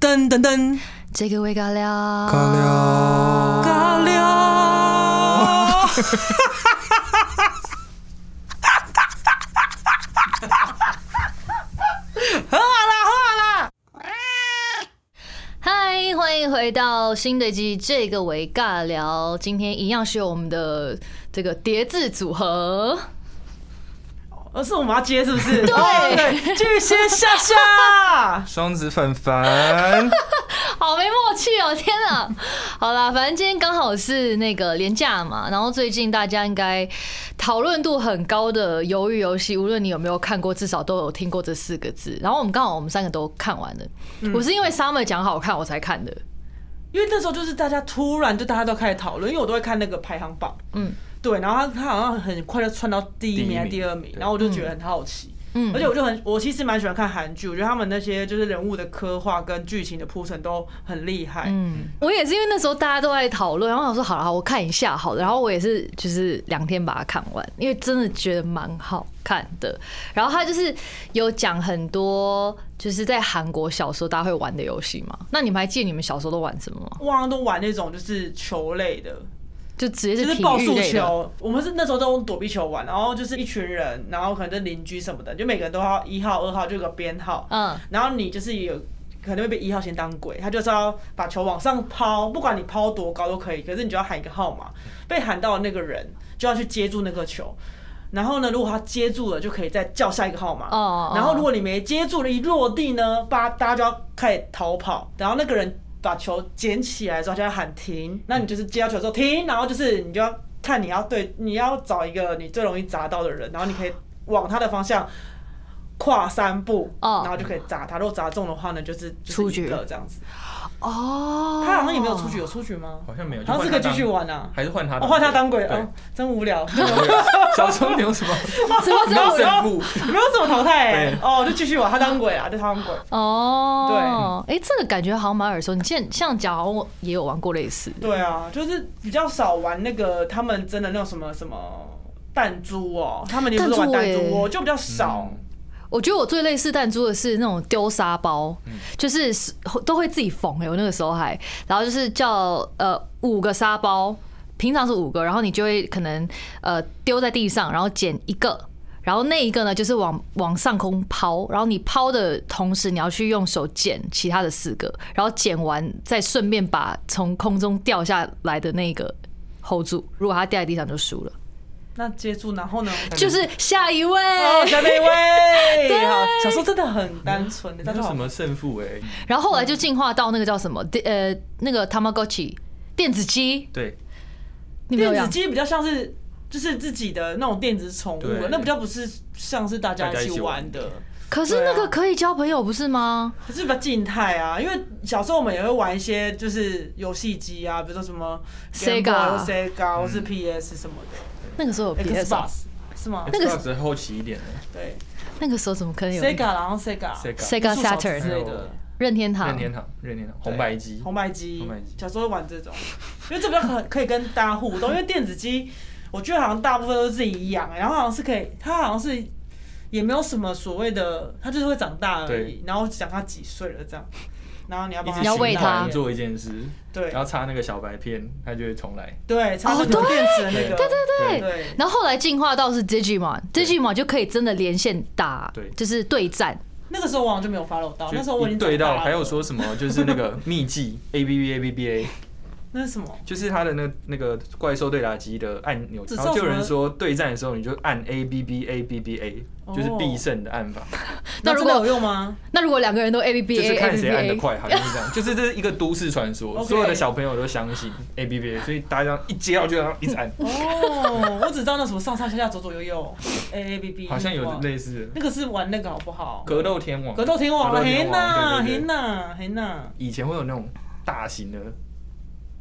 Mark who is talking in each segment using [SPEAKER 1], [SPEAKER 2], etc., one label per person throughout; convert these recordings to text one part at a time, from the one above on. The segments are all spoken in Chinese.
[SPEAKER 1] 噔噔噔，
[SPEAKER 2] 这个味尬聊，
[SPEAKER 3] 尬聊，。
[SPEAKER 1] 尬聊。
[SPEAKER 2] 嗨，欢迎回到新的一集这个为尬聊，今天一样是有我们的这个叠字组合，
[SPEAKER 1] 而哦是我们要接是不是？
[SPEAKER 2] 对
[SPEAKER 1] 哦对，巨蟹夏夏
[SPEAKER 3] 双子凡凡，
[SPEAKER 2] 好没默契哦，天啊！ 好啦，反正今天刚好是那个廉假嘛，然后最近大家应该讨论度很高的《鱿鱼游戏》，无论你有没有看过，至少都有听过这四个字。然后我们刚好我们三个都看完了，我是因为 Summer 讲好看我才看的，
[SPEAKER 1] 因为那时候就是大家突然就大家都开始讨论，因为我都会看那个排行榜，
[SPEAKER 2] 嗯
[SPEAKER 1] 嗯，对，然后他他好像很快就窜到第一
[SPEAKER 3] 第一
[SPEAKER 1] 名还是
[SPEAKER 3] 名
[SPEAKER 1] 第二名，
[SPEAKER 3] 对
[SPEAKER 1] 然后我就觉得很好奇，
[SPEAKER 2] 嗯
[SPEAKER 1] 嗯，而且我就很我其实蛮喜欢看韩剧，我觉得他们那些就是人物的刻画跟剧情的铺陈都很厉害，
[SPEAKER 2] 嗯，我也是因为那时候大家都在讨论，然后我想说好了，好我看一下好了，然后我也是就是两天把它看完，因为真的觉得蛮好看的。然后他就是有讲很多就是在韩国小时候大家会玩的游戏嘛，那你们还记得你们小时候都玩什么吗？
[SPEAKER 1] 我好像都玩那种就是球类的，
[SPEAKER 2] 就直接
[SPEAKER 1] 就是是
[SPEAKER 2] 体
[SPEAKER 1] 爆
[SPEAKER 2] 育
[SPEAKER 1] 速
[SPEAKER 2] 类的，
[SPEAKER 1] 球，我们是那时候都用躲避球玩，然后就是一群人，然后可能就邻居什么的，就每个人都要一号、二号，就有个编号，
[SPEAKER 2] 嗯，
[SPEAKER 1] 然后你就是有可能会被一号先当鬼，他就是要把球往上抛，不管你抛多高都可以，可是你就要喊一个号码，被喊到的那个人就要去接住那个球。然后呢，如果他接住了，就可以再叫下一个号码。
[SPEAKER 2] 哦哦
[SPEAKER 1] 然后如果你没接住了，一落地呢，把大家就要开始逃跑。然后那个人把球捡起来之后，他就要喊停。那你就是接到球之后停，然后就是你就要看你要对，你要找一个你最容易砸到的人，然后你可以往他的方向跨三步，
[SPEAKER 2] 哦
[SPEAKER 1] 然后就可以砸他。如果砸中的话呢，就是就是
[SPEAKER 2] 出局
[SPEAKER 1] 赢了这样子。
[SPEAKER 2] 哦，
[SPEAKER 1] 他好像也没有出局，有出局吗？
[SPEAKER 3] 好像没有，
[SPEAKER 1] 好像是可以继续
[SPEAKER 3] 就换他
[SPEAKER 1] 玩
[SPEAKER 3] 当，
[SPEAKER 1] 啊。
[SPEAKER 3] 还是换哦他
[SPEAKER 1] 我
[SPEAKER 3] 当，
[SPEAKER 1] 换他当鬼
[SPEAKER 3] 对
[SPEAKER 1] 哦，真无聊，没有
[SPEAKER 3] 小时候你 有什么？
[SPEAKER 2] 什么
[SPEAKER 3] 你
[SPEAKER 2] 什
[SPEAKER 3] 有
[SPEAKER 2] 么
[SPEAKER 3] 什
[SPEAKER 1] 没
[SPEAKER 3] 么？
[SPEAKER 1] 有怎么淘汰欸
[SPEAKER 3] 对
[SPEAKER 1] 哦，就继续玩，他当鬼啊，就他当鬼。
[SPEAKER 2] 哦，对，哎，这个感觉好像蛮耳熟，你现在像讲，好像我也有玩过类似的，
[SPEAKER 1] 对啊，就是比较少玩那个他们真的那种什么什么弹珠哦，他们也不是玩
[SPEAKER 2] 弹珠
[SPEAKER 1] 弹珠
[SPEAKER 2] 欸
[SPEAKER 1] 哦，就比较少。
[SPEAKER 3] 嗯
[SPEAKER 2] 我觉得我最类似弹珠的是那种丢沙包，就是是都会自己缝、欸。我那个时候还，然后就是叫呃五个沙包，平常是五个，然后你就会可能呃丢在地上，然后捡一个，然后那一个呢就是往往上空抛，然后你抛的同时你要去用手捡其他的四个，然后捡完再顺便把从空中掉下来的那个 hold 住，如果它掉在地上就输了，
[SPEAKER 1] 那接住然后呢？
[SPEAKER 2] 就是下一位。
[SPEAKER 1] 哦，下面一 位，好，小时候真的很单纯的，
[SPEAKER 3] 那
[SPEAKER 1] 但是
[SPEAKER 3] 叫
[SPEAKER 1] 好
[SPEAKER 3] 什么胜负？哎，
[SPEAKER 2] 然后后来就进化到那个叫什么电呃那个 Tamagotchi 电子鸡，
[SPEAKER 3] 对，
[SPEAKER 2] 你们有
[SPEAKER 1] 电
[SPEAKER 2] 养
[SPEAKER 1] 子？鸡比较像是就是自己的那种电子宠物了
[SPEAKER 3] 对，
[SPEAKER 1] 那比较不是像是大家
[SPEAKER 3] 大家一
[SPEAKER 1] 起
[SPEAKER 3] 起
[SPEAKER 1] 玩
[SPEAKER 3] 玩
[SPEAKER 1] 的，
[SPEAKER 2] 可是那个
[SPEAKER 3] 啊
[SPEAKER 2] 可以交朋友不是吗？
[SPEAKER 1] 可是比较静态啊。因为小时候我们也会玩一些就是游戏机啊，比如说什么
[SPEAKER 2] Sega
[SPEAKER 3] 嗯
[SPEAKER 1] Sega 或是 PS 什么
[SPEAKER 2] 那个时候有
[SPEAKER 1] 的
[SPEAKER 2] PS 啊
[SPEAKER 1] ，Xbox 是吗？
[SPEAKER 2] 那个
[SPEAKER 3] Xbox 后期一点的
[SPEAKER 1] 对
[SPEAKER 2] 那个时候怎么可能有
[SPEAKER 1] ，Sega 然后 Sega
[SPEAKER 3] ，Sega、
[SPEAKER 2] 哎 Sega
[SPEAKER 1] 触手之
[SPEAKER 2] Saturn
[SPEAKER 1] 类的。
[SPEAKER 2] 任天堂
[SPEAKER 3] 任？天堂、任天堂、红白机，
[SPEAKER 1] 红白机
[SPEAKER 3] 红白机，
[SPEAKER 1] 小时候会玩这种，因为这比较可可以跟大家互动，因为电子机，我觉得好像大部分都是自己养，然后好像是可以，它好像是也没有什么所谓的，它就是会长大而已
[SPEAKER 3] 对，
[SPEAKER 1] 然后讲它几岁了这样，然后你要
[SPEAKER 3] 一
[SPEAKER 1] 帮
[SPEAKER 3] 直
[SPEAKER 1] 它
[SPEAKER 2] 你要
[SPEAKER 1] 洗
[SPEAKER 2] 喂
[SPEAKER 3] 循
[SPEAKER 1] 脑
[SPEAKER 2] 它
[SPEAKER 3] 环做一件事，
[SPEAKER 1] 对
[SPEAKER 3] 然后插那个小白片，它就会重来。
[SPEAKER 1] 对，插
[SPEAKER 2] 哦
[SPEAKER 1] 那个电池的那个，
[SPEAKER 3] 对
[SPEAKER 1] 对
[SPEAKER 2] 对
[SPEAKER 1] 对
[SPEAKER 2] 然后后来进化到是 Digimon，Digimon 就可以真的连线打
[SPEAKER 3] 对，
[SPEAKER 2] 就是对战。
[SPEAKER 1] 那个时候我好像就没有 follow 到，那时候我已
[SPEAKER 3] 就一
[SPEAKER 1] 经
[SPEAKER 3] 对
[SPEAKER 1] 长大
[SPEAKER 3] 到
[SPEAKER 1] 了
[SPEAKER 3] 还有说 什么，就是那个秘技 A B B A B B A，
[SPEAKER 1] 那是什么？
[SPEAKER 3] 就是它的那那个怪兽对打机的按钮，
[SPEAKER 1] 只
[SPEAKER 3] 然后就有人
[SPEAKER 1] 知道什
[SPEAKER 3] 说对战的时候你就按 A B B A B B A，就是必胜的按法，
[SPEAKER 1] 那
[SPEAKER 2] 那如
[SPEAKER 1] 如
[SPEAKER 2] 果
[SPEAKER 1] 果有用吗？
[SPEAKER 2] 那如果两个人都 A B
[SPEAKER 3] 就
[SPEAKER 2] B
[SPEAKER 3] 是
[SPEAKER 2] A
[SPEAKER 3] 看
[SPEAKER 2] A
[SPEAKER 3] 谁按
[SPEAKER 2] B
[SPEAKER 3] 得
[SPEAKER 2] B
[SPEAKER 3] 快，好像是这 样。就是这是一个都市传说，
[SPEAKER 1] OK
[SPEAKER 3] 所有的小朋友都相信 A B B A，所以大家一接到就要一直按，
[SPEAKER 1] 哦，我只知道那什么上上下下左左右右，A A B B，
[SPEAKER 3] 好像有类似的
[SPEAKER 1] 那个是玩那个好不好？
[SPEAKER 3] 格斗天王，
[SPEAKER 1] 格斗天王，
[SPEAKER 3] 格斗
[SPEAKER 1] 嘿
[SPEAKER 3] 天
[SPEAKER 1] 呐
[SPEAKER 3] 王，
[SPEAKER 1] 嘿
[SPEAKER 3] 对对对，
[SPEAKER 1] 呐嘿呐，
[SPEAKER 3] 以前会有那种大型的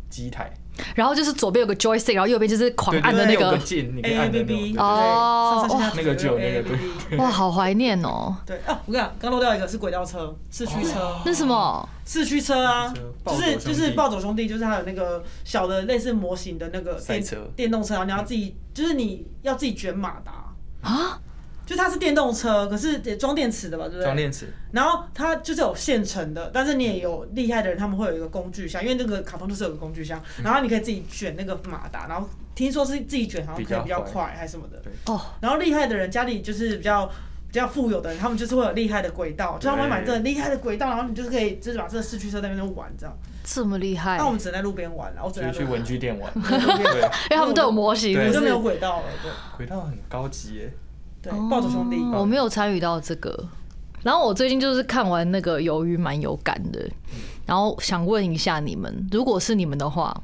[SPEAKER 3] 机台，
[SPEAKER 2] A，然后就是左边有个 joystick，然后右边就是狂
[SPEAKER 3] 对，
[SPEAKER 2] 按
[SPEAKER 3] 就
[SPEAKER 2] 的那
[SPEAKER 3] 是有
[SPEAKER 2] 个
[SPEAKER 3] 个，键，你可以
[SPEAKER 1] A
[SPEAKER 3] 按
[SPEAKER 1] B
[SPEAKER 3] 的那种
[SPEAKER 1] 哎 B
[SPEAKER 3] 对
[SPEAKER 2] 哦
[SPEAKER 1] 上上下
[SPEAKER 3] 那个就有那个对
[SPEAKER 1] ABB
[SPEAKER 2] 哇，好怀念哦。
[SPEAKER 1] 对啊，我跟你讲，刚漏掉一个是轨道车，四驱车，
[SPEAKER 2] 那什么？
[SPEAKER 1] 四驱车啊
[SPEAKER 3] 哦四驱车，暴
[SPEAKER 1] 就
[SPEAKER 3] 走
[SPEAKER 1] 是就是暴走
[SPEAKER 3] 兄弟
[SPEAKER 1] 兄弟，就是它有那个小的类似模型的那个
[SPEAKER 3] 赛
[SPEAKER 1] 电
[SPEAKER 3] 车
[SPEAKER 1] 电动车，然后你要自己就是你要自己卷马达
[SPEAKER 2] 啊，
[SPEAKER 1] 就它是电动车，可是也装电池的吧，对不对？
[SPEAKER 3] 装电池，
[SPEAKER 1] 然后它就是有现成的，但是你也有厉害的人，他们会有一个工具箱，因为那个卡通就是有个工具箱，然后你可以自己卷那个马达，然后听说是自己卷好像可以比
[SPEAKER 3] 比
[SPEAKER 1] 较
[SPEAKER 3] 较
[SPEAKER 1] 快还是什么的。
[SPEAKER 2] 哦，
[SPEAKER 1] 然后厉害的人家里就是比较比较富有的人，他们就是会有厉害的轨道，就他们会买这个厉害的轨道，然后你就是可以就是把这个市区车在那边玩这样。
[SPEAKER 2] 这么厉害
[SPEAKER 1] 那，我们只能在路边玩了，我只
[SPEAKER 3] 就
[SPEAKER 1] 能在
[SPEAKER 3] 是去
[SPEAKER 1] 路边
[SPEAKER 3] 文具店玩。
[SPEAKER 1] 玩，
[SPEAKER 3] 对，
[SPEAKER 2] 因为他们都 有模型，
[SPEAKER 3] 对
[SPEAKER 1] 我
[SPEAKER 2] 不
[SPEAKER 1] 就是没有轨道了，
[SPEAKER 3] 轨道很高级耶，
[SPEAKER 1] 对对，
[SPEAKER 2] 哦
[SPEAKER 1] 暴走兄弟。
[SPEAKER 2] 嗯我没有参与到这个。然后我最近就是看完那个《鱿鱼》，蛮有感的。然后想问一下你们，如果是你们的话，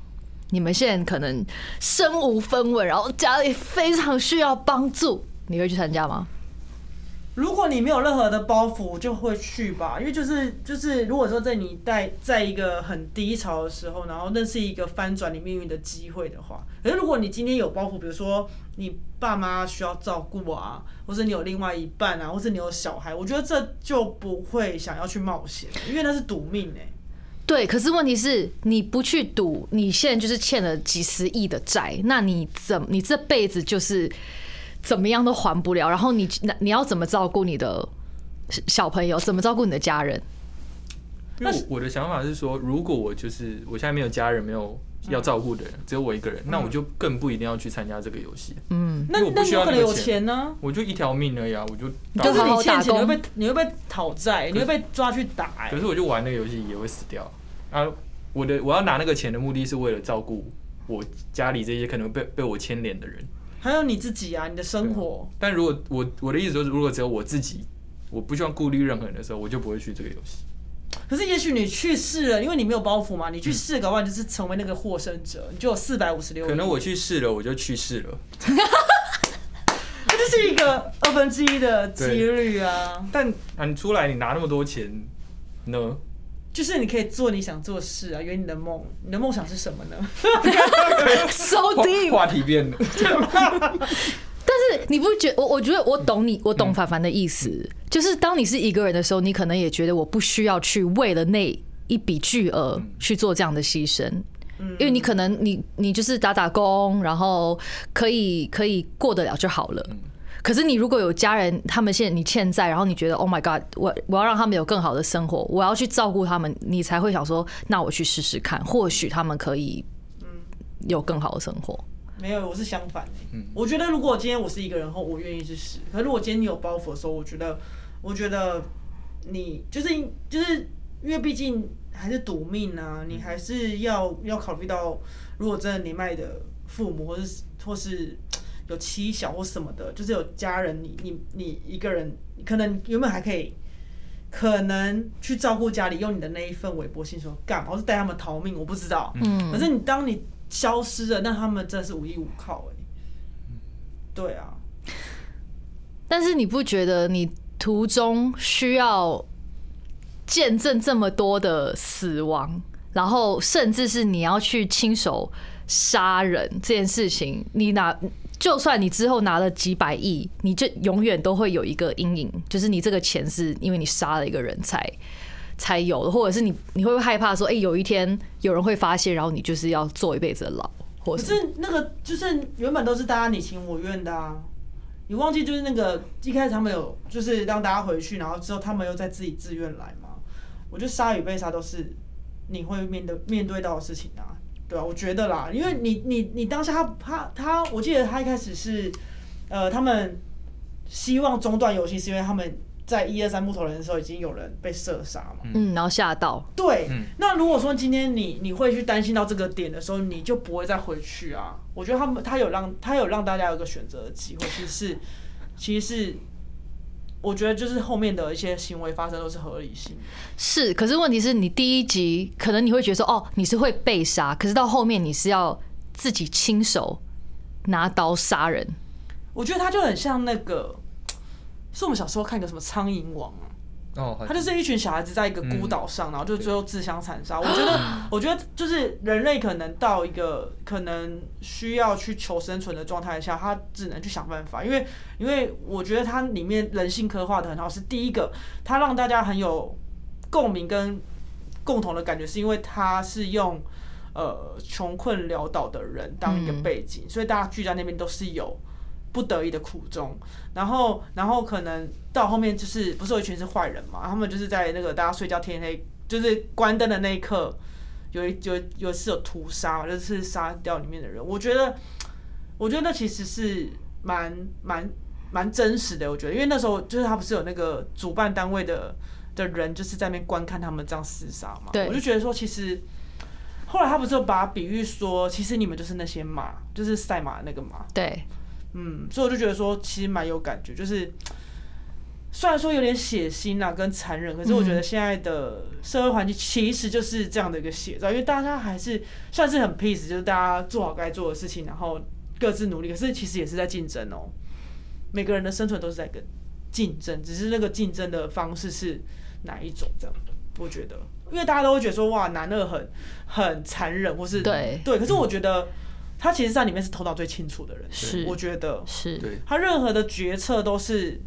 [SPEAKER 2] 你们现在可能身无分文，然后家里非常需要帮助，你会去参加吗？
[SPEAKER 1] 如果你没有任何的包袱，就会去吧，因为就是就是，如果说在你在在一个很低潮的时候，然后那是一个翻转你命运的机会的话，可是如果你今天有包袱，比如说你爸妈需要照顾啊，或者你有另外一半啊，或者你有小孩，我觉得这就不会想要去冒险，因为那是赌命哎、
[SPEAKER 2] 对，可是问题是你不去赌，你现在就是欠了几十亿的债，那你怎你这辈子就是怎么样都还不了，然后你那你要怎么照顾你的小朋友，怎么照顾你的家人？
[SPEAKER 3] 因为我我的想法是说，如果我就是我现在没有家人，没有
[SPEAKER 2] 嗯
[SPEAKER 3] 要照顾的人，只有我一个人，那我就更不一定要去参加这个游戏。
[SPEAKER 2] 嗯，
[SPEAKER 1] 那
[SPEAKER 3] 因为我
[SPEAKER 1] 那
[SPEAKER 3] 不
[SPEAKER 1] 你
[SPEAKER 3] 需
[SPEAKER 1] 有
[SPEAKER 3] 要
[SPEAKER 1] 可能
[SPEAKER 3] 那个
[SPEAKER 1] 有
[SPEAKER 3] 钱
[SPEAKER 1] 钱呢、
[SPEAKER 3] 我就一条命而已啊，我就打
[SPEAKER 1] 就
[SPEAKER 2] 好
[SPEAKER 1] 是
[SPEAKER 2] 好
[SPEAKER 1] 你欠
[SPEAKER 2] 打
[SPEAKER 1] 钱，你
[SPEAKER 2] 工
[SPEAKER 1] 会被你会被讨债，你会被抓去打哎、
[SPEAKER 3] 可是我就玩那个游戏也会死掉啊！我的我要拿那个钱的目的是为了照顾我家里这些可能被被我牵连的人。
[SPEAKER 1] 还有你自己啊，你的生活。
[SPEAKER 3] 但如果我我的意思就是，如果只有我自己，我不需要顾虑任何人的时候，我就不会去这个游戏。
[SPEAKER 1] 可是也许你去试了，因为你没有包袱嘛，你去试，搞不好你就是成为那个获胜者，你就有四百五十六。
[SPEAKER 3] 可能我去试了，我就去试了。
[SPEAKER 1] 这就是一个二分之一的几率啊，
[SPEAKER 3] 但啊，你出来你拿那么多钱呢？
[SPEAKER 1] 就是你可以做你想做的事啊，圆你的梦。你的梦想是什么呢？
[SPEAKER 2] 收
[SPEAKER 3] 话
[SPEAKER 2] 地。
[SPEAKER 3] 话题 变了，
[SPEAKER 2] 但是你不觉我？我觉得我懂你，我懂凡凡的意思，就是当你是一个人的时候，你可能也觉得我不需要去为了那一笔巨额去做这样的牺牲。因为你可能你你就是打打工，然后可以可以过得了就好了。可是你如果有家人，他们现在你欠债，然后你觉得 Oh my God，我我要让他们有更好的生活，我要去照顾他们，你才会想说，那我去试试看，或许他们可以有更好的生活。
[SPEAKER 1] 没有，我是相反、欸。我觉得如果今天我是一个人后，我愿意去试。可是如果今天你有包袱的时候，我觉得，我觉得你就是就是因为毕竟还是赌命啊，你还是要要考虑到，如果真的年迈的父母或是或是有妻小或什么的，就是有家人，你你你一个人，可能原本还可以。可能去照顾家里，用你的那一份微薄薪水干嘛？我是带他们逃命，我不知道。嗯。可是你当你消失了，那他们真的是无依无靠哎、对啊，
[SPEAKER 2] 但是你不觉得你途中需要见证这么多的死亡，然后甚至是你要去亲手杀人这件事情，你拿就算你之后拿了几百亿，你就永远都会有一个阴影，就是你这个钱是因为你杀了一个人才。才有的，或者是你你会不会害怕说，哎、有一天有人会发现，然后你就是要坐一辈子的牢，或
[SPEAKER 1] 可
[SPEAKER 2] 者
[SPEAKER 1] 是那个就是原本都是大家你情我愿的啊。你忘记就是那个一开始他们有就是让大家回去，然后之后他们又再自己自愿来嘛。我觉得杀与被杀都是你会面对面对到的事情啊，对啊，我觉得啦，因为你你你当下他他他，我记得他一开始是呃他们希望中断游戏是因为他们在一二三木头人的时候已经有人被射杀嘛。
[SPEAKER 2] 嗯，然后吓到，
[SPEAKER 1] 对，
[SPEAKER 3] 嗯
[SPEAKER 1] 那如果说今天你你会去担心到这个点的时候，你就不会再回去啊。我觉得他们他有让他有让大家有个选择的机会，其实是其实是我觉得就是后面的一些行为发生都是合理性的。
[SPEAKER 2] 是，可是问题是你第一集可能你会觉得说，哦，你是会被杀，可是到后面你是要自己亲手拿刀杀人。
[SPEAKER 1] 我觉得他就很像那个，是我们小时候看一个什么《苍蝇王》啊，
[SPEAKER 3] 哦，好
[SPEAKER 1] 他就是一群小孩子在一个孤岛上，然后就最后自相残杀。我觉得， 我觉得就是人类可能到一个可能需要去求生存的状态下，他只能去想办法。因为，因为我觉得它里面人性刻画的很好，是第一个，它让大家很有共鸣跟共同的感觉，是因为它是用呃穷困潦倒的人当一个
[SPEAKER 2] 嗯
[SPEAKER 1] 背景，所以大家聚在那边都是有不得已的苦衷。然后，然后可能到后面就是不是有一群是坏人嘛？他们就是在那个大家睡觉天黑，就是关灯的那一刻，有一有有是有屠杀嘛，就是杀掉里面的人。我觉得，我觉得那其实是蛮蛮蛮真实的。我觉得，因为那时候就是他不是有那个主办单位的的人，就是在那边观看他们这样厮杀嘛。
[SPEAKER 2] 对
[SPEAKER 1] 我就觉得说，其实后来他不是有把它比喻说，其实你们就是那些马，就是赛马的那个马。
[SPEAKER 2] 对，
[SPEAKER 1] 嗯，所以我就觉得说，其实蛮有感觉，就是虽然说有点血腥啊，跟残忍，可是我觉得现在的社会环境其实就是这样的一个写照，因为大家还是算是很 peace，就是大家做好该做的事情，然后各自努力，可是其实也是在竞争哦、每个人的生存都是在跟竞争，只是那个竞争的方式是哪一种这样，我觉得，因为大家都会觉得说，哇，男二很很残忍，或是
[SPEAKER 2] 对
[SPEAKER 1] 对，可是我觉得他其实在里面是头脑最清楚的人，
[SPEAKER 2] 是
[SPEAKER 1] 我觉得
[SPEAKER 2] 是，
[SPEAKER 3] 对，
[SPEAKER 1] 他任何的决策都是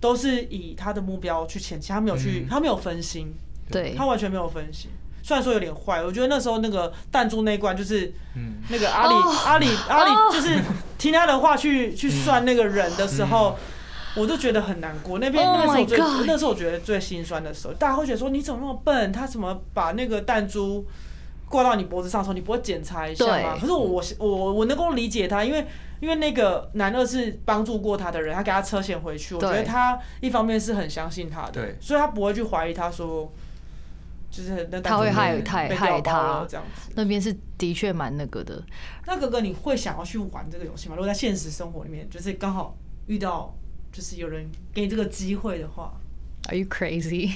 [SPEAKER 1] 都是以他的目标去前进，他没有去，
[SPEAKER 3] 嗯
[SPEAKER 1] 他没有分心，
[SPEAKER 2] 对
[SPEAKER 1] 他，完全没有分心。虽然说有点坏，我觉得那时候那个弹珠那一关就是
[SPEAKER 3] 嗯，
[SPEAKER 1] 那个阿里、
[SPEAKER 2] 哦
[SPEAKER 1] 阿里阿里，就是听他的话去去算那个人的时候，我都觉得很难过。那边
[SPEAKER 2] Oh
[SPEAKER 1] 那时候
[SPEAKER 2] my
[SPEAKER 1] 最、
[SPEAKER 2] God
[SPEAKER 1] 那时候我觉得最心酸的时候，大家会觉得说你怎么那么笨？他怎么把那个弹珠挂到你脖子上的时候，你不会检查一下吗
[SPEAKER 2] 对？
[SPEAKER 1] 可是我我我我能够理解他，因为因为那个男二是帮助过他的人，他给他车险回去，我觉得
[SPEAKER 2] 对
[SPEAKER 1] 他一方面是很相信他的
[SPEAKER 3] 对，
[SPEAKER 1] 所以他不会去怀疑他说。就是那弹珠
[SPEAKER 2] 他会害
[SPEAKER 1] 被
[SPEAKER 2] 害
[SPEAKER 1] 被
[SPEAKER 2] 害
[SPEAKER 1] 调包了
[SPEAKER 2] 他
[SPEAKER 1] 这样子，
[SPEAKER 2] 那边是的确蛮那个的，
[SPEAKER 1] 那哥哥，你会想要去玩这个游戏吗？如果在现实生活里面，就是刚好遇到，就是有人给你这个机会的话，
[SPEAKER 2] Are you crazy？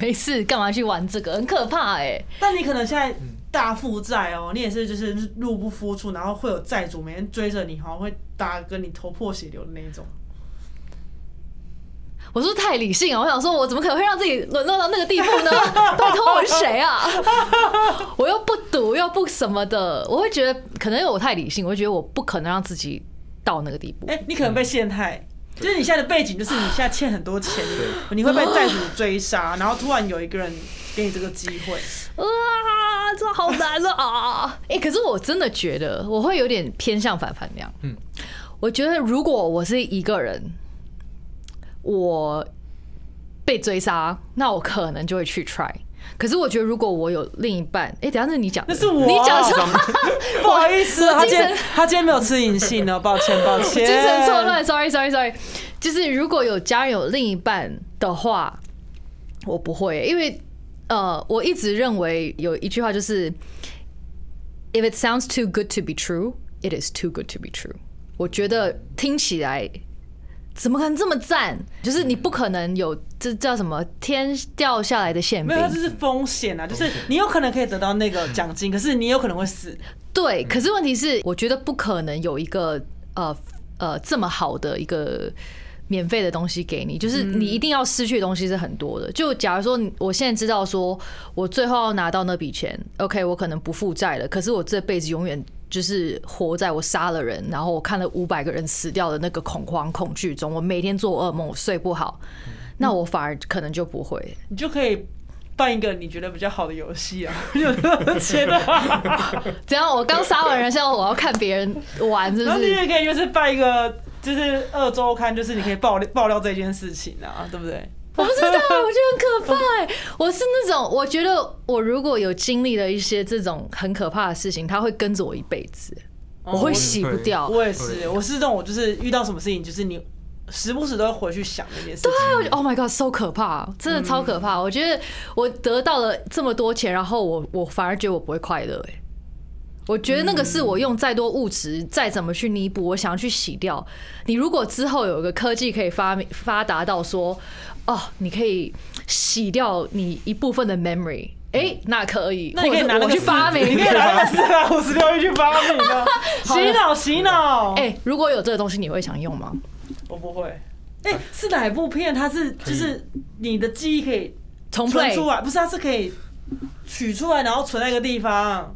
[SPEAKER 2] 没 事，干嘛去玩这个？很可怕哎、
[SPEAKER 1] 但你可能现在大负债哦，你也是就是入不敷出，然后会有债主每天追着你，好像会打跟你头破血流的那一种。
[SPEAKER 2] 我是不是太理性啊！我想说，我怎么可能会让自己沦落到那个地步 呢？拜托，我是谁啊？我又不赌，又不什么的，我会觉得可能因为我太理性，我会觉得我不可能让自己到那个地步。
[SPEAKER 1] 哎、你可能被陷害。就是你现在的背景，就是你现在欠很多钱，你会被债主追杀，然后突然有一个人给你这个机会，
[SPEAKER 2] 啊，这好难 啊！哎、可是我真的觉得我会有点偏向凡凡那样。嗯
[SPEAKER 3] 嗯，
[SPEAKER 2] 我觉得如果我是一个人，我被追杀，那我可能就会去 try。可是我觉得，如果我有另一半，哎、等一下那是你讲的，
[SPEAKER 1] 那是我啊
[SPEAKER 2] 你讲什么？
[SPEAKER 1] 不好意思，
[SPEAKER 2] 我
[SPEAKER 1] 他
[SPEAKER 2] 精
[SPEAKER 1] 今
[SPEAKER 2] 神
[SPEAKER 1] 天他今天没有吃银杏呢，抱歉抱歉，
[SPEAKER 2] 精神错乱，sorry sorry sorry。就是如果有家人有另一半的话，我不会，因为呃，我一直认为有一句话就是，if it sounds too good to be true, it is too good to be true。我觉得听起来。怎么可能这么赞？就是你不可能有这叫什么天掉下来的馅
[SPEAKER 1] 没
[SPEAKER 2] 饼
[SPEAKER 1] 有，，它就是风险啊，就是你有可能可以得到那个奖金，可是你有可能会死。
[SPEAKER 2] 对，
[SPEAKER 1] 嗯
[SPEAKER 2] 可是问题是，我觉得不可能有一个呃呃这么好的一个免费的东西给你，就是
[SPEAKER 1] 嗯
[SPEAKER 2] 你一定要失去的东西是很多的。就假如说你我现在知道说我最后要拿到那笔钱，OK，我可能不负债了，可是我这辈子永远。就是活在我杀了人，然后我看了五百个人死掉的那个恐慌、恐惧中，我每天做噩梦，我睡不好，
[SPEAKER 1] 嗯
[SPEAKER 2] 那我反而可能就不会。
[SPEAKER 1] 你就可以办一个你觉得比较好的游戏啊， 有 的钱啊，
[SPEAKER 2] 怎样？我刚杀完人，现在我要看别人玩，是不
[SPEAKER 1] 然后你
[SPEAKER 2] 是？
[SPEAKER 1] 也可以就是办一个。就是二周刊，就是你可以爆料爆料这件事情啊，对不对？
[SPEAKER 2] 我不知道，我觉得很可怕、欸。我是那种，我觉得我如果有经历了一些这种很可怕的事情，它会跟着我一辈子，我会洗不掉。
[SPEAKER 1] 我也是，我是这种，我就是遇到什么事情，就是你时不时都会回去想那件事情。
[SPEAKER 2] 我就 Oh my God，so 可怕，真的超可
[SPEAKER 1] 嗯
[SPEAKER 2] 怕！我觉得我得到了这么多钱，然后我我反而觉得我不会快乐、欸。我觉得那个是我用再多物质，再怎么去弥补，我想要去洗掉。你如果之后有一个科技可以发明发达到说，哦，你可以洗掉你一部分的 memory，哎、那可以，
[SPEAKER 1] 嗯那你可以
[SPEAKER 2] 或者
[SPEAKER 1] 拿
[SPEAKER 2] 是
[SPEAKER 1] 那
[SPEAKER 2] 我
[SPEAKER 1] 个
[SPEAKER 2] 去发
[SPEAKER 1] 四 你
[SPEAKER 2] 明
[SPEAKER 1] 可。以拿那个四百五十六亿去发明 啊！洗脑洗脑，
[SPEAKER 2] 哎、如果有这个东西，你会想用吗？
[SPEAKER 1] 我不会。哎、是哪一部片？它是就是你的记忆可以
[SPEAKER 2] 重
[SPEAKER 1] 存
[SPEAKER 2] play
[SPEAKER 1] 出啊来，不是它是可以取出来，然后存在一个地方。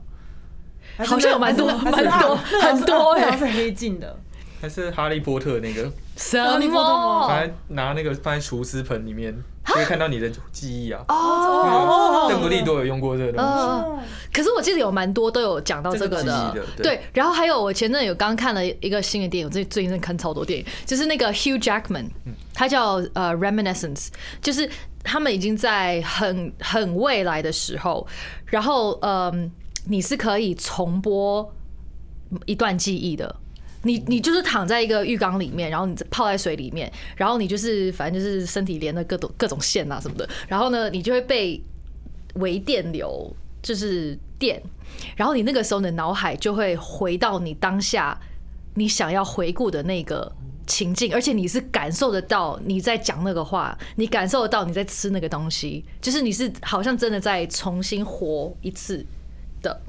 [SPEAKER 1] 还是
[SPEAKER 2] 好像有蛮多
[SPEAKER 1] 还是
[SPEAKER 2] 蛮多
[SPEAKER 1] 还是啊
[SPEAKER 2] 很多
[SPEAKER 1] 那
[SPEAKER 2] 欸
[SPEAKER 1] 好像是黑镜的，
[SPEAKER 3] 还是哈利波特那个，
[SPEAKER 2] 什
[SPEAKER 1] 哈利波特吗
[SPEAKER 2] 么？
[SPEAKER 3] 把它拿那个放在厨师盆里面，就会看到你的记忆啊。
[SPEAKER 2] 哦
[SPEAKER 3] 邓布多利多有用过这个东
[SPEAKER 1] 哦
[SPEAKER 3] 西。
[SPEAKER 2] 呃，可是我记得有蛮多都有讲到这个的
[SPEAKER 3] 这个记忆的，对
[SPEAKER 2] 对。然后还有我前阵有刚看了一个新的电影，我最最近在看超多电影，就是那个 Hugh Jackman，他叫呃 Reminiscence，就是他们已经在很很未来的时候，然后嗯，你是可以重播一段记忆的。你你就是躺在一个浴缸里面，然后你泡在水里面，然后你就是反正就是身体连着各种各种线啊什么的，然后呢，你就会被微电流，就是电，然后你那个时候你的脑海就会回到你当下你想要回顾的那个情境，而且你是感受得到你在讲那个话，你感受得到你在吃那个东西，就是你是好像真的在重新活一次的。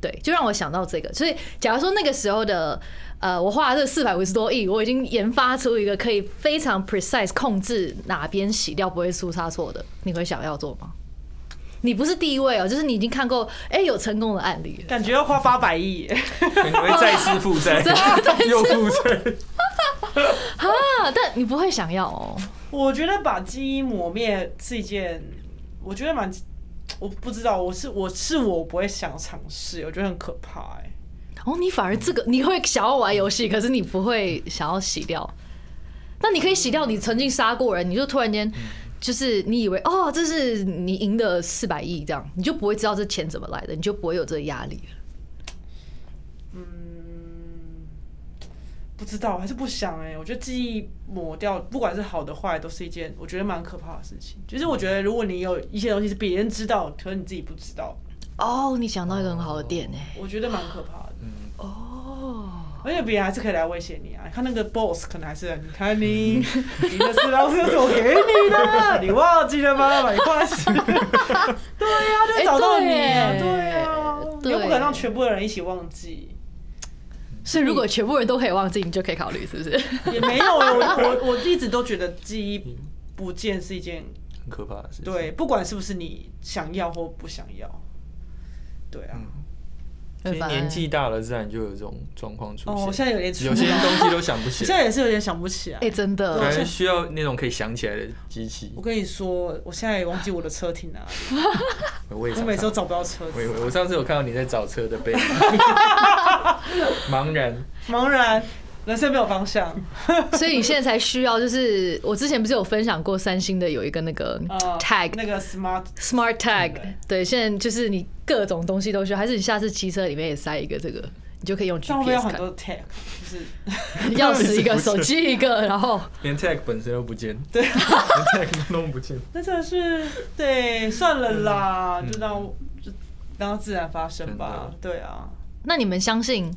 [SPEAKER 2] 对，就让我想到这个。所以，假如说那个时候的，呃，我花了这四百五十多亿，我已经研发出一个可以非常 precise 控制哪边洗掉不会出差错的，你会想要做吗？你不是第一位哦，就是你已经看过，哎、有成功的案例了。
[SPEAKER 1] 感觉要花八百亿 耶，
[SPEAKER 3] 你会 再次负债，又负债。
[SPEAKER 2] 啊，但你不会想要哦。
[SPEAKER 1] 我觉得把基因磨灭是一件，我觉得蛮，我不知道，我是我是我不会想尝试，我觉得很可怕哎。
[SPEAKER 2] 哦，你反而这个你会想要玩游戏，可是你不会想要洗掉。那你可以洗掉你曾经杀过人，你就突然间
[SPEAKER 3] 嗯
[SPEAKER 2] 就是你以为哦，这是你赢的四百亿这样，你就不会知道这钱怎么来的，你就不会有这个压力了。
[SPEAKER 1] 嗯不知道，还是不想哎、我觉得记忆抹掉，不管是好的坏的，都是一件我觉得蛮可怕的事情。就是我觉得，如果你有一些东西是别人知道，可是你自己不知道，
[SPEAKER 2] 哦，你想到一个很好的点哎、
[SPEAKER 1] 我觉得蛮可怕的。
[SPEAKER 2] 哦，
[SPEAKER 1] 而且别人还是可以来威胁你啊！你看那个 boss 可能还是，你看 你，你的四老师是我给你的，你忘记了吗？没关系。 对呀、就找到你啊，
[SPEAKER 2] 哎对
[SPEAKER 1] 对呀、你又不可能让全部的人一起忘记，
[SPEAKER 2] 所以如果全部人都可以忘记，你就可以考虑是不是？
[SPEAKER 1] 也没有、 欸、我我我一直都觉得记忆
[SPEAKER 3] 嗯
[SPEAKER 1] 不见是一件
[SPEAKER 3] 很可怕的事情。
[SPEAKER 1] 对，，不管是不是你想要或不想要，对
[SPEAKER 3] 嗯
[SPEAKER 1] 啊。
[SPEAKER 3] 其实年纪大了，自然就有这种状况出
[SPEAKER 1] 哦，
[SPEAKER 3] 现。
[SPEAKER 1] 我现在有点出
[SPEAKER 3] 有些
[SPEAKER 1] 不来
[SPEAKER 3] 东西都想不起
[SPEAKER 1] 我现
[SPEAKER 3] 来，
[SPEAKER 1] 在也是有点想不起来
[SPEAKER 2] 哎、。真的
[SPEAKER 3] 反正需要那种可以想起来的机器
[SPEAKER 1] 我。跟你说，我现在也忘记我的车停哪里，
[SPEAKER 3] 我也
[SPEAKER 1] 我
[SPEAKER 3] 常
[SPEAKER 1] 每次都找
[SPEAKER 3] 常
[SPEAKER 1] 不到车
[SPEAKER 3] 我以
[SPEAKER 1] 子，
[SPEAKER 3] 为我上次有看到你在找车的 背影，茫然。
[SPEAKER 1] 茫然，人生没有方向。
[SPEAKER 2] 所以你现在才需要，就是我之前不是有分享过三星的有一个那个
[SPEAKER 1] 呃
[SPEAKER 2] tag，、
[SPEAKER 1] 那个 smart，
[SPEAKER 2] Smart Tag，
[SPEAKER 1] 对
[SPEAKER 2] 对，现在就是你各种东西都需要，还是你下次骑车里面也塞一个这个，你就可以用
[SPEAKER 1] 上面有
[SPEAKER 2] GPS
[SPEAKER 1] 很
[SPEAKER 2] 看，
[SPEAKER 1] 多 tag，就是
[SPEAKER 2] 钥匙一个，手机一个，然后
[SPEAKER 3] 连 tag 本身都不见，
[SPEAKER 1] 对
[SPEAKER 3] 连 tag 都弄不见。
[SPEAKER 1] 那真的是对，算了啦，就让就让它自然发生吧
[SPEAKER 3] 嗯真。
[SPEAKER 1] 对啊，
[SPEAKER 2] 那你们相信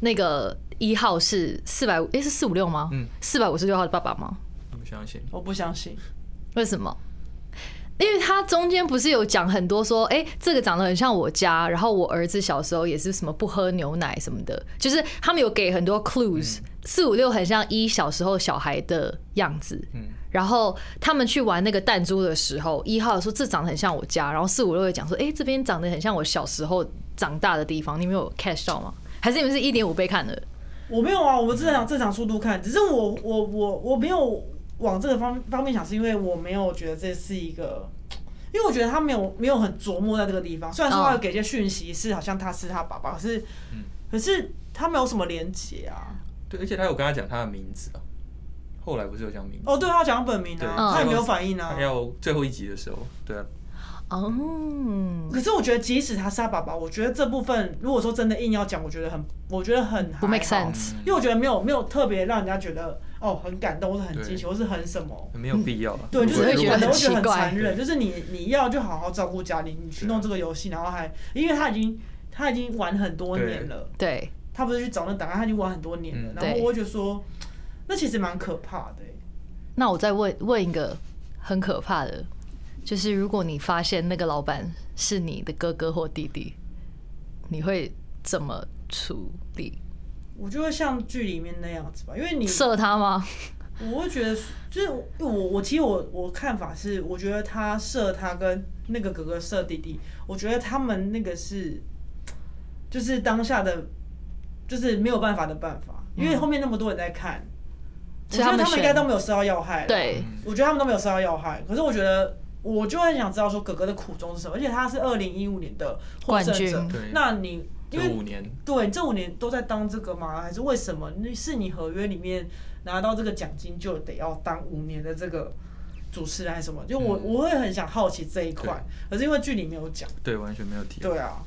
[SPEAKER 2] 那个一号是四百五，哎是四五六吗？
[SPEAKER 3] 嗯
[SPEAKER 2] 四百五十六号的爸爸吗？
[SPEAKER 3] 我不相信，
[SPEAKER 1] 我不相信。
[SPEAKER 2] 为什么？因为他中间不是有讲很多说，哎、这个长得很像我家，然后我儿子小时候也是什么不喝牛奶什么的，就是他们有给很多 clues，四五六很像一小时候小孩的样子。
[SPEAKER 3] 嗯
[SPEAKER 2] 然后他们去玩那个弹珠的时候，一号说这长得很像我家，然后四五六也讲说，哎、这边长得很像我小时候长大的地方，你们有 catch 到吗？还是你们是一点五倍看的？
[SPEAKER 1] 我没有啊，我们正常正常速度看，只是我我我我没有往这个方方面想，是因为我没有觉得这是一个，因为我觉得他没有没有很琢磨在这个地方，虽然说
[SPEAKER 2] 嗯
[SPEAKER 1] 他有给一些讯息是好像他是他爸爸，可是、
[SPEAKER 3] 嗯
[SPEAKER 1] 可是他没有什么连结啊。
[SPEAKER 3] 对，而且他有跟他讲他的名字啊，后来不是有讲名字？
[SPEAKER 1] 哦，对，他有讲本名
[SPEAKER 3] 对，
[SPEAKER 1] 啊，
[SPEAKER 2] 嗯
[SPEAKER 1] 他也没有反应啊
[SPEAKER 3] 他。要最后一集的时候，对啊，
[SPEAKER 2] 哦、
[SPEAKER 1] 可是我觉得，即使他是他爸爸，我觉得这部分如果说真的硬要讲，我觉得很，我觉得很
[SPEAKER 2] 不 make
[SPEAKER 1] 还好
[SPEAKER 3] 嗯
[SPEAKER 2] sense
[SPEAKER 1] 因为我觉得没有没有特别让人家觉得哦很感动，或是很
[SPEAKER 3] 对
[SPEAKER 1] 惊喜，或是很什么。
[SPEAKER 3] 没有必要啊。
[SPEAKER 1] 对，就
[SPEAKER 2] 只
[SPEAKER 1] 是
[SPEAKER 2] 会
[SPEAKER 1] 可
[SPEAKER 2] 觉得
[SPEAKER 1] 能
[SPEAKER 2] 很
[SPEAKER 1] 会觉得
[SPEAKER 2] 奇
[SPEAKER 1] 很
[SPEAKER 2] 怪
[SPEAKER 1] 残忍，就是你你要就好好照顾家里，你去
[SPEAKER 2] 啊
[SPEAKER 1] 弄这个游戏，然后还因为他已经他已经玩很多年了，
[SPEAKER 2] 对，
[SPEAKER 1] 他不是去找那档案，他已经玩很多年了，
[SPEAKER 3] 嗯
[SPEAKER 1] 然后
[SPEAKER 2] 对
[SPEAKER 1] 我会觉得说，那其实蛮可怕的欸、
[SPEAKER 2] 那我再问问一个很可怕的，就是如果你发现那个老板是你的哥哥或弟弟，你会怎么处理？
[SPEAKER 1] 我就会像剧里面那样子吧，因为你
[SPEAKER 2] 射他吗？
[SPEAKER 1] 我会觉得，就是我我其实我我看法是，我觉得他射他跟那个哥哥射弟弟，我觉得他们那个是，就是当下的，就是没有办法的办法，因
[SPEAKER 2] 嗯
[SPEAKER 1] 为后面那么多人在看，
[SPEAKER 2] 所以
[SPEAKER 1] 我觉
[SPEAKER 2] 他
[SPEAKER 1] 得
[SPEAKER 2] 们
[SPEAKER 1] 他们应
[SPEAKER 2] 选
[SPEAKER 1] 该都没有受到要害。，
[SPEAKER 2] 对，
[SPEAKER 1] 我觉得他们都没有受到要害，可是我觉得我就很想知道说哥哥的苦衷是什么，而且他是二零一五年的获
[SPEAKER 2] 冠
[SPEAKER 1] 胜
[SPEAKER 2] 军
[SPEAKER 1] 者，
[SPEAKER 3] 对
[SPEAKER 1] 那你因
[SPEAKER 3] 这
[SPEAKER 1] 为
[SPEAKER 3] 五年，
[SPEAKER 1] 对，这五年都在当这个吗？还是为什么？你是你合约里面拿到这个奖金就得要当五年的这个主持人还是什么？就我、
[SPEAKER 3] 嗯
[SPEAKER 1] 我会很想好奇这一块，可是因为剧里没有讲。
[SPEAKER 3] 对，完全没有提。嗯
[SPEAKER 1] 对啊，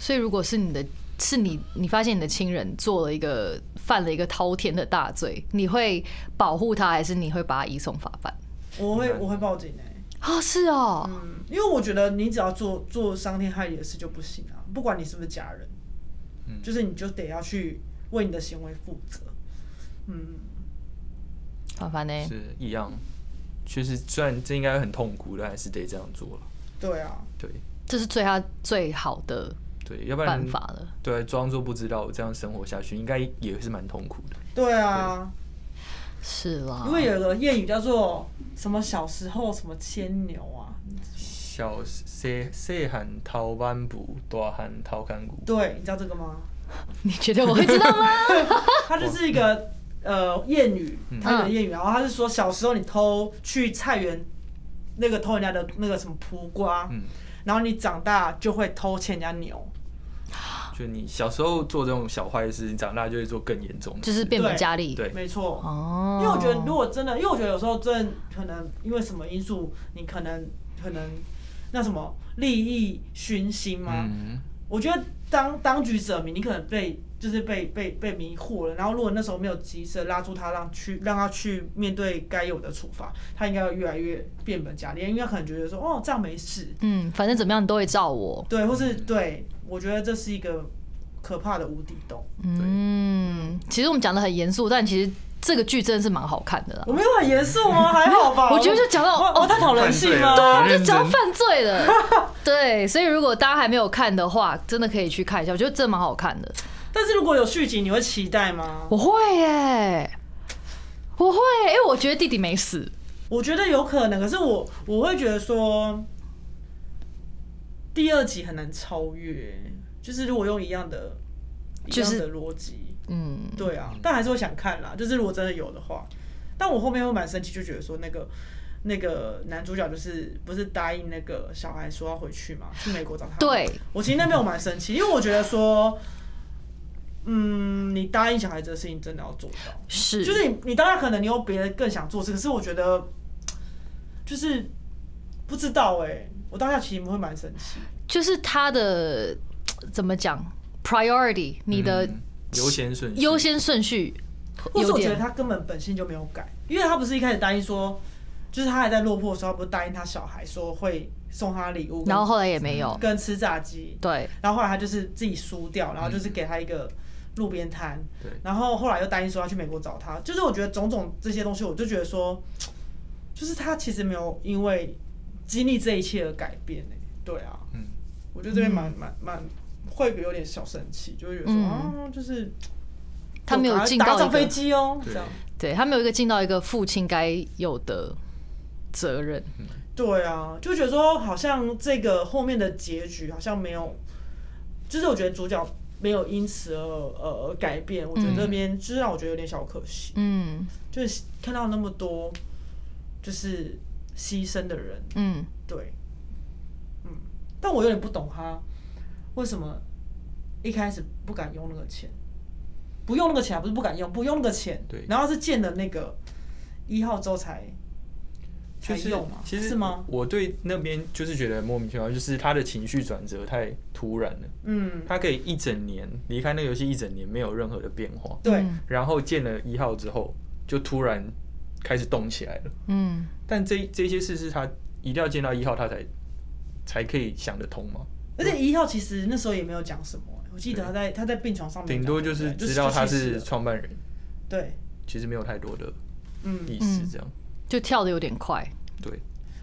[SPEAKER 2] 所以如果是你的，是你你发现你的亲人做了一个犯了一个滔天的大罪，你会保护他，还是你会把他移送法办？
[SPEAKER 1] 我会
[SPEAKER 3] 嗯
[SPEAKER 1] 我会报警哎、
[SPEAKER 2] 哦，是哦，
[SPEAKER 1] 嗯，因为我觉得你只要做做伤天害理的事就不行啊，不管你是不是家人，
[SPEAKER 3] 嗯
[SPEAKER 1] 就是你就得要去为你的行为负责。嗯，
[SPEAKER 2] 凡凡呢？
[SPEAKER 3] 是一样。就是虽然这应该很痛苦，但还是得这样做了。
[SPEAKER 1] 对啊，
[SPEAKER 3] 对
[SPEAKER 2] 这是对他最好的
[SPEAKER 3] 对，要不然
[SPEAKER 2] 办法了。
[SPEAKER 3] 对啊装作不知道这样生活下去，应该也是蛮痛苦的。
[SPEAKER 1] 对啊。
[SPEAKER 2] 是啦，
[SPEAKER 1] 因为有个谚语叫做什么“小时候什么牵牛啊
[SPEAKER 3] 小细细汉掏挽布，大汉掏干骨”，。
[SPEAKER 1] 对，你知道这个吗？
[SPEAKER 2] 你觉得我会知道吗？
[SPEAKER 1] 它就是一个呃谚语，
[SPEAKER 3] 嗯
[SPEAKER 1] 它的谚语，然后它是说小时候你偷去菜园那个偷人家的那个什么蒲瓜，
[SPEAKER 3] 嗯，
[SPEAKER 1] 然后你长大就会偷牵人家牛，
[SPEAKER 3] 就你小时候做这种小坏事，你长大就会做更严重的事。
[SPEAKER 2] 就是变本加厉。
[SPEAKER 3] 对
[SPEAKER 1] 没错。
[SPEAKER 2] 哦，
[SPEAKER 1] 因为我觉得，如果真的，因为我觉得有时候真的可能因为什么因素，你可能可能那什么利益熏心吗？
[SPEAKER 3] 嗯，
[SPEAKER 1] 我觉得当当局者迷，你可能被就是被被被迷惑了。然后如果那时候没有及时地拉住他，让去让他去面对该有的处罚，他应该会越来越变本加厉，因为他可能觉得说哦这样没事，
[SPEAKER 2] 嗯，反正怎么样你都会照我。
[SPEAKER 1] 对，或是对，我觉得这是一个可怕的无底洞。
[SPEAKER 2] 嗯，其实我们讲的很严肃，但其实这个剧真的是蛮好看的啦。
[SPEAKER 1] 我没有很严肃哦，还好吧。
[SPEAKER 2] 我觉得就讲到哦
[SPEAKER 1] 我我探讨人性吗？
[SPEAKER 3] 对啊很
[SPEAKER 2] 就
[SPEAKER 3] 认
[SPEAKER 2] 只要
[SPEAKER 3] 真
[SPEAKER 2] 犯罪了， 对，所以如果大家还没有看的话，真的可以去看一下，我觉得这蛮好看的。
[SPEAKER 1] 但是如果有续集，你会期待吗？
[SPEAKER 2] 我会耶、我会，因为我觉得弟弟没死，
[SPEAKER 1] 我觉得有可能，可是我我会觉得说，第二集很难超越，就是如果用一样的，
[SPEAKER 2] 就是
[SPEAKER 1] 一样的逻辑，
[SPEAKER 2] 嗯，
[SPEAKER 1] 对啊，但还是会想看啦。就是如果真的有的话，但我后面会蛮生气，就觉得说那个那个男主角就是不是答应那个小孩说要回去嘛，去美国找他。
[SPEAKER 2] 对，
[SPEAKER 1] 我其实那边我蛮生气，因为我觉得说，嗯，你答应小孩子的事情真的要做到。
[SPEAKER 2] 嗯是，
[SPEAKER 1] 就是你，你当然可能你有别的更想做事，可是我觉得，就是不知道哎、我当下其实会蛮生气。
[SPEAKER 2] 就是他的怎么讲 priority，你的
[SPEAKER 3] 嗯优先顺序，
[SPEAKER 2] 优先顺序
[SPEAKER 1] 或是
[SPEAKER 2] 有
[SPEAKER 1] 我觉得
[SPEAKER 2] 点
[SPEAKER 1] 他根本本性就没有改，因为他不是一开始答应说，就是他还在落魄的时候，他不是答应他小孩说会送他礼物，
[SPEAKER 2] 然后后来也没有，
[SPEAKER 1] 跟吃炸鸡，
[SPEAKER 2] 对，
[SPEAKER 1] 然后后来他就是自己输掉，然后就是给他一个路边摊，
[SPEAKER 3] 嗯对
[SPEAKER 1] 然后后来又答应说要去美国找他，就是我觉得种种这些东西，我就觉得说，就是他其实没有因为经历这一切而改变、欸、对啊，
[SPEAKER 3] 嗯
[SPEAKER 1] 我觉得这边
[SPEAKER 2] 嗯
[SPEAKER 1] 蛮蛮蛮会有点小生气，就会觉得说、啊，就是
[SPEAKER 2] 他没有进
[SPEAKER 1] 打
[SPEAKER 2] 到
[SPEAKER 1] 上
[SPEAKER 2] 一
[SPEAKER 1] 飞
[SPEAKER 2] 个，
[SPEAKER 1] 机哦、
[SPEAKER 3] 对
[SPEAKER 1] 这样，
[SPEAKER 2] 对他没有一个尽到一个父亲该有的责任，
[SPEAKER 1] 对啊，就觉得说好像这个后面的结局好像没有，就是我觉得主角没有因此而呃而改变，我觉得这边就是让我觉得有点小可惜，
[SPEAKER 2] 嗯
[SPEAKER 1] 就是看到那么多就是牺牲的人，
[SPEAKER 2] 嗯，
[SPEAKER 1] 对，嗯，但我有点不懂他为什么一开始不敢用那个钱，不用那个钱啊还不是不敢用，不用那个钱，
[SPEAKER 3] 对
[SPEAKER 1] 然后是见了那个一号之后才才
[SPEAKER 3] 就是
[SPEAKER 1] 用嘛，
[SPEAKER 3] 其实
[SPEAKER 1] 是吗？？
[SPEAKER 3] 我对那边就是觉得莫名其妙，就是他的情绪转折太突然了。
[SPEAKER 1] 嗯，
[SPEAKER 3] 他可以一整年离开那个游戏一整年没有任何的变化，
[SPEAKER 1] 对，
[SPEAKER 2] 嗯
[SPEAKER 3] 然后见了一号之后就突然开始动起来了。
[SPEAKER 2] 嗯，
[SPEAKER 3] 但这这些事是他一定要见到一号他才才可以想得通吗？
[SPEAKER 1] 而且一号其实那时候也没有讲什么、我记得
[SPEAKER 3] 对
[SPEAKER 1] 他在他在病床上面讲，
[SPEAKER 3] 顶多啊就是
[SPEAKER 1] 对不对
[SPEAKER 3] 知道他
[SPEAKER 1] 就去世
[SPEAKER 3] 是
[SPEAKER 1] 了
[SPEAKER 3] 创办人，
[SPEAKER 1] 对，
[SPEAKER 3] 其实没有太多的
[SPEAKER 1] 嗯，
[SPEAKER 3] 意思。这样，
[SPEAKER 2] 就跳的有点快，
[SPEAKER 3] 对，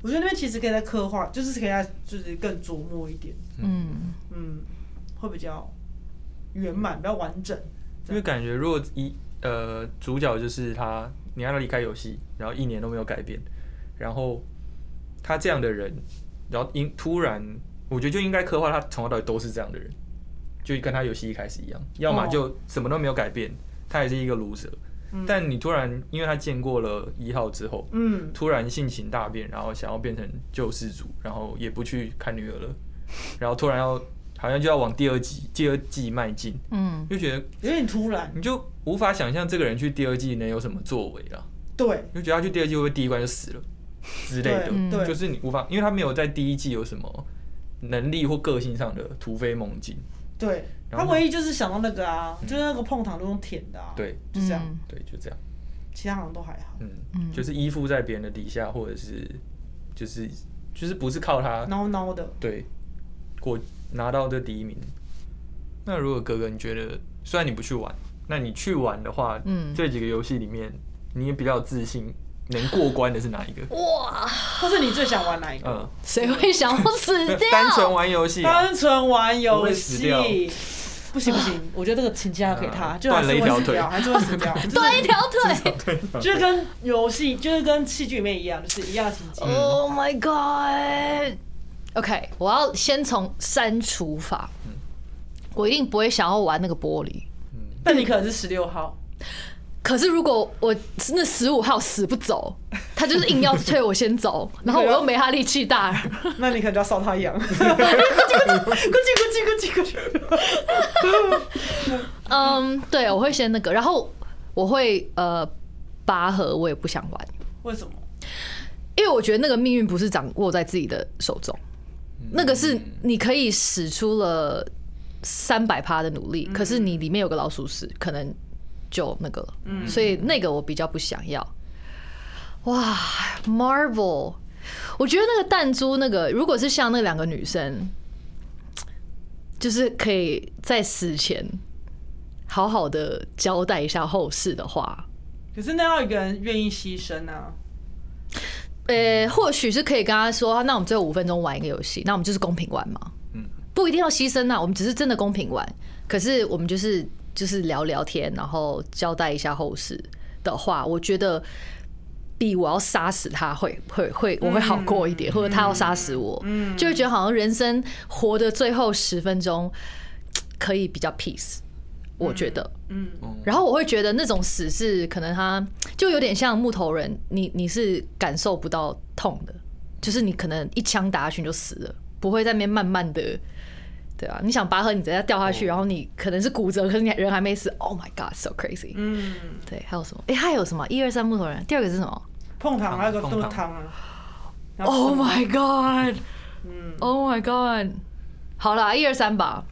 [SPEAKER 1] 我觉得那边其实可以再刻画，就是可以再就是更琢磨一点，
[SPEAKER 2] 嗯。
[SPEAKER 1] 嗯，会比较圆满，比较完整。
[SPEAKER 3] 因为感觉如果一呃主角就是他，你让他离开游戏，然后一年都没有改变，然后他这样的人，然后因突然，我觉得就应该刻画他从头到尾都是这样的人，就跟他游戏一开始一样，要么就什么都没有改变，他也是一个 loser，但你突然因为他见过了一号之后，
[SPEAKER 1] 嗯，
[SPEAKER 3] 突然性情大变，然后想要变成救世主，然后也不去看女儿了，然后突然要好像就要往第二季第二季迈进，
[SPEAKER 2] 嗯，
[SPEAKER 3] 就觉得
[SPEAKER 1] 有点突然，
[SPEAKER 3] 你就无法想象这个人去第二季能有什么作为了，
[SPEAKER 1] 对，
[SPEAKER 3] 就觉得他去第二季会不会第一关就死了之类的
[SPEAKER 1] 对，
[SPEAKER 2] 嗯
[SPEAKER 1] 对，
[SPEAKER 3] 就是你无法，因为他没有在第一季有什么能力或个性上的突飞猛进，
[SPEAKER 1] 对，
[SPEAKER 3] 然
[SPEAKER 1] 他
[SPEAKER 3] 后嗯
[SPEAKER 1] 唯一就是想到那个啊，就是那个碰糖都用舔的啊，，
[SPEAKER 3] 对
[SPEAKER 1] 就这样，
[SPEAKER 2] 嗯
[SPEAKER 3] 对，就这样，
[SPEAKER 1] 其他好像都还好。
[SPEAKER 3] 嗯，
[SPEAKER 2] 嗯
[SPEAKER 3] 就是依附在别人的底下，或者是就是就是不是靠他
[SPEAKER 1] 孬孬的，
[SPEAKER 3] 对，我拿到这第一名。那如果哥哥，你觉得虽然你不去玩，那你去玩的话，
[SPEAKER 2] 嗯
[SPEAKER 3] 这几个游戏里面，你也比较有自信，能过关的是哪一个？
[SPEAKER 2] 哇，
[SPEAKER 1] 或是你最想玩哪一个？
[SPEAKER 3] 嗯，
[SPEAKER 2] 谁会想要死掉？
[SPEAKER 3] 单纯玩游戏啊，
[SPEAKER 1] 单纯玩
[SPEAKER 3] 不
[SPEAKER 1] 游
[SPEAKER 3] 会死掉
[SPEAKER 1] 戏，不行不行， 我觉得这个请假给他，
[SPEAKER 3] 嗯
[SPEAKER 1] 就还是
[SPEAKER 3] 断了一条
[SPEAKER 1] 会死
[SPEAKER 3] 腿
[SPEAKER 1] 掉，还是会死 掉，
[SPEAKER 2] 断一条腿
[SPEAKER 1] 就是跟游戏，就是跟戏剧里面一样，就是一样的情节。
[SPEAKER 2] ！Oh my god！OK，我要先从删除法。
[SPEAKER 3] 嗯
[SPEAKER 2] 我一定不会想要玩那个玻璃。
[SPEAKER 1] 但你可能是十六 号，
[SPEAKER 2] 可是如果我那十五号死不走，他就是硬要催我先 走，然后我又没他力气大，
[SPEAKER 1] 那你可能就要烧他一 样。咕叽咕叽咕叽咕叽咕叽。
[SPEAKER 2] 嗯，对，我会先那个，然后我会呃拔河，我也不想玩，
[SPEAKER 1] 为什么？
[SPEAKER 2] 因为我觉得那个命运不是掌握在自己的手中，那个是你可以使出了三百趴的努力，可是你里面有个老鼠屎，可能就那个了，所以那个我比较不想要。哇，Marvel，我觉得那个弹珠那个，如果是像那两个女生，就是可以在死前好好的交代一下后事的话，
[SPEAKER 1] 可是那要一个人愿意牺牲啊。
[SPEAKER 2] 呃，或许是可以跟他说，那我们最后五分钟玩一个游戏，那我们就是公平玩嘛，
[SPEAKER 3] 嗯
[SPEAKER 2] 不一定要牺牲啊，我们只是真的公平玩，可是我们就是就是聊聊天，然后交代一下后事的话，我觉得比我要杀死他会会会我会好过一点，
[SPEAKER 1] 嗯
[SPEAKER 2] 或者他要杀死我，就会觉得好像人生活的最后十分钟可以比较 peace，我觉得，
[SPEAKER 1] 嗯，
[SPEAKER 2] 然后我会觉得那种死是可能他就有点像木头人，你你是感受不到痛的，就是你可能一枪打下去你就死了，不会在那边慢慢的，对啊，你想拔河，你等下掉下
[SPEAKER 1] 哦
[SPEAKER 2] 去，然后你可能是骨折，可是你人还没死，Oh my God，so crazy。
[SPEAKER 1] 嗯，
[SPEAKER 2] 对，还有什么？哎，还有什么？一二三木头人，第二个是什么
[SPEAKER 1] 碰糖还有个
[SPEAKER 3] 碰
[SPEAKER 1] 炖
[SPEAKER 3] 糖
[SPEAKER 1] 汤啊。然后
[SPEAKER 2] ？Oh my
[SPEAKER 1] 嗯
[SPEAKER 2] God，Oh my God。好啦，一二三吧，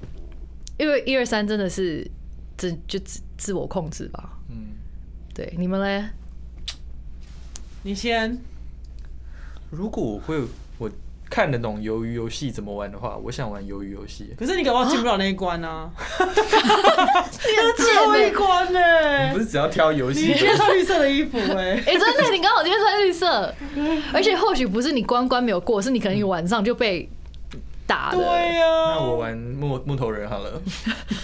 [SPEAKER 2] 因为一二三真的是自就自自我控制吧。
[SPEAKER 3] 嗯，
[SPEAKER 2] 对，你们嘞？
[SPEAKER 1] 你先，
[SPEAKER 3] 如果我会我看得懂鱿鱼游戏怎么玩的话，我想玩鱿鱼游戏。
[SPEAKER 1] 可是你搞不好进不了那一关啊，
[SPEAKER 2] 这
[SPEAKER 1] 最后一关呢、
[SPEAKER 3] 不是只要挑游
[SPEAKER 1] 你
[SPEAKER 3] 戏，
[SPEAKER 1] 今天穿绿色的衣服哎、
[SPEAKER 2] 哎、真的，你刚好今天穿绿色，而且或许不是你关关没有过，是你可能一晚上就被打
[SPEAKER 1] 对啊
[SPEAKER 2] 了。
[SPEAKER 1] 呀、
[SPEAKER 3] 那我玩木木头人好 了。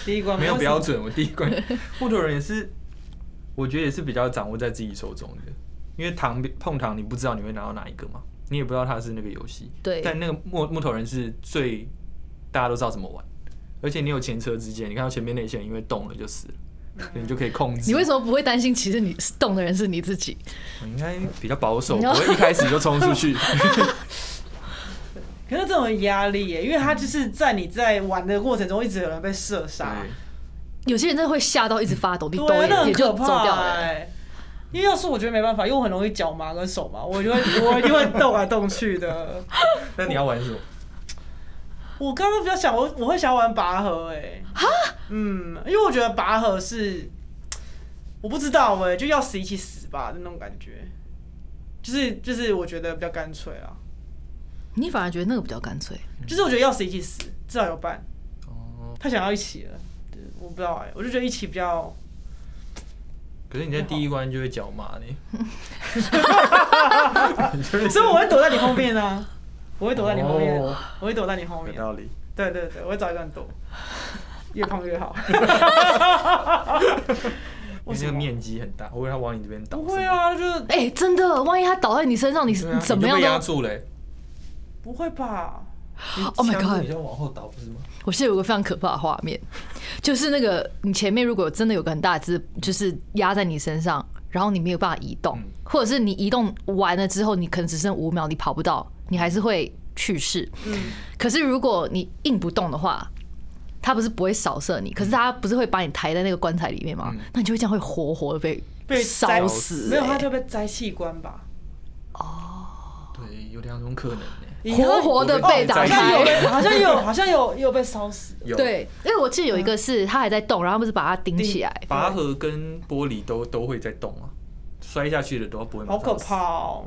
[SPEAKER 1] 第一关
[SPEAKER 3] 没有
[SPEAKER 1] 什么
[SPEAKER 3] 标准，我第一 关木头人也是，我觉得也是比较掌握在自己手中的，因为糖碰糖你不知道你会拿到哪一个嘛，你也不知道它是那个游戏，
[SPEAKER 2] 对
[SPEAKER 3] 但那个木木头人是最大家都知道怎么玩，而且你有前车之鉴，你看到前面那些人因为动了就死了，所以你就可以控制。
[SPEAKER 2] 你为
[SPEAKER 3] 么？
[SPEAKER 2] 什么不会担心？其实你动的人是你自己。
[SPEAKER 3] 我应该比较 保守，不会一开始就冲出去。
[SPEAKER 1] 可是这种有压力耶、因为他就是在你在玩的过程中，一直有人被射杀，
[SPEAKER 2] 有些人真的会吓到一直发抖，你抖
[SPEAKER 1] 对啊，
[SPEAKER 2] 也、
[SPEAKER 1] 那
[SPEAKER 2] 也
[SPEAKER 1] 很
[SPEAKER 2] 就
[SPEAKER 1] 可
[SPEAKER 2] 走掉
[SPEAKER 1] 怕
[SPEAKER 2] 了、
[SPEAKER 1] 哎、因为要是我觉得没办法，因为我很容易脚麻跟手麻，我就会我一定会动来动去 的。
[SPEAKER 3] 那你要玩什么？
[SPEAKER 1] 我刚刚比较想，我我会想要玩拔河哎、哈，嗯，因为我觉得拔河是，我不知道哎、就要死一起死吧的那种感觉，就是就是我觉得比较干脆啊，
[SPEAKER 2] 你反而觉得那个比较干脆。
[SPEAKER 1] 就是我觉得要死一起死，至少有伴，
[SPEAKER 3] 哦，
[SPEAKER 1] 太想要一起了，对我不知道哎、我就觉得一起比较，
[SPEAKER 3] 可是你在第一关就会脚麻呢，
[SPEAKER 1] 所以我会躲在你后面啊，我会躲在你后面，
[SPEAKER 3] 哦
[SPEAKER 1] 我会躲在你后
[SPEAKER 3] 有
[SPEAKER 1] 面，
[SPEAKER 3] 道理。
[SPEAKER 1] 对对对，我会找一个人躲，越胖越 好，
[SPEAKER 3] 因为那个面积很大，我以为他往你这边倒。
[SPEAKER 1] 不会，啊，就是
[SPEAKER 2] 哎、真的，万一他倒在你身上，你是
[SPEAKER 3] 对啊，
[SPEAKER 2] 怎么样
[SPEAKER 3] 你就被压
[SPEAKER 2] 都
[SPEAKER 3] 住了欸。
[SPEAKER 1] 不会吧。
[SPEAKER 2] Oh my
[SPEAKER 4] 相对
[SPEAKER 2] god
[SPEAKER 4] 比较往后倒不是吗？
[SPEAKER 2] 我记得有个非常可怕的画面，就是那个你前面如果真的有个很大的只，就是压在你身上，然后你没有办法移动，或者是你移动完了之后，你可能只剩五秒，你跑不到，你还是会去世。可是如果你硬不动的话，它不是不会扫射你，可是它不是会把你抬在那个棺材里面吗？那你就会这样会活活的被
[SPEAKER 1] 被
[SPEAKER 2] 烧
[SPEAKER 1] 摘
[SPEAKER 2] 死、
[SPEAKER 1] 没有，他
[SPEAKER 2] 欸，
[SPEAKER 1] 就被摘器官吧？
[SPEAKER 3] 对，有两种可能呢、
[SPEAKER 2] 活活的被打
[SPEAKER 1] 好像
[SPEAKER 2] 开
[SPEAKER 1] 有。哦被，好像有，好像有，有被烧死。
[SPEAKER 3] 有
[SPEAKER 2] 对，因为我记得有一个是它还在动，然后他们是把它钉起来，
[SPEAKER 3] 拔河跟玻璃都都会在动啊，摔下去的都不会马
[SPEAKER 1] 好
[SPEAKER 3] 上
[SPEAKER 1] 可
[SPEAKER 3] 死
[SPEAKER 1] 怕哦！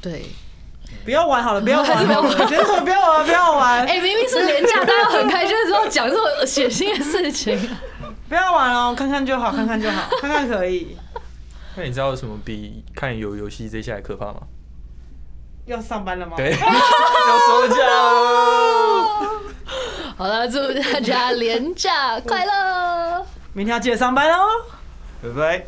[SPEAKER 2] 对。
[SPEAKER 1] 不要玩 好了，不要玩好
[SPEAKER 2] 还
[SPEAKER 1] 了，结束，不要玩，不要玩，
[SPEAKER 2] 哎、明明是廉价，大家很开心的时候讲这种血腥的事情，
[SPEAKER 1] 不要玩哦，看看就好，看看就好，看看可以。
[SPEAKER 3] 那你知道有什么比看有游戏这些还可怕吗？
[SPEAKER 1] 要上班了吗？哦
[SPEAKER 3] 对， 要收假了。
[SPEAKER 2] 好了，祝大家廉价快乐。
[SPEAKER 1] 明天要记得上班哦。
[SPEAKER 3] 拜拜。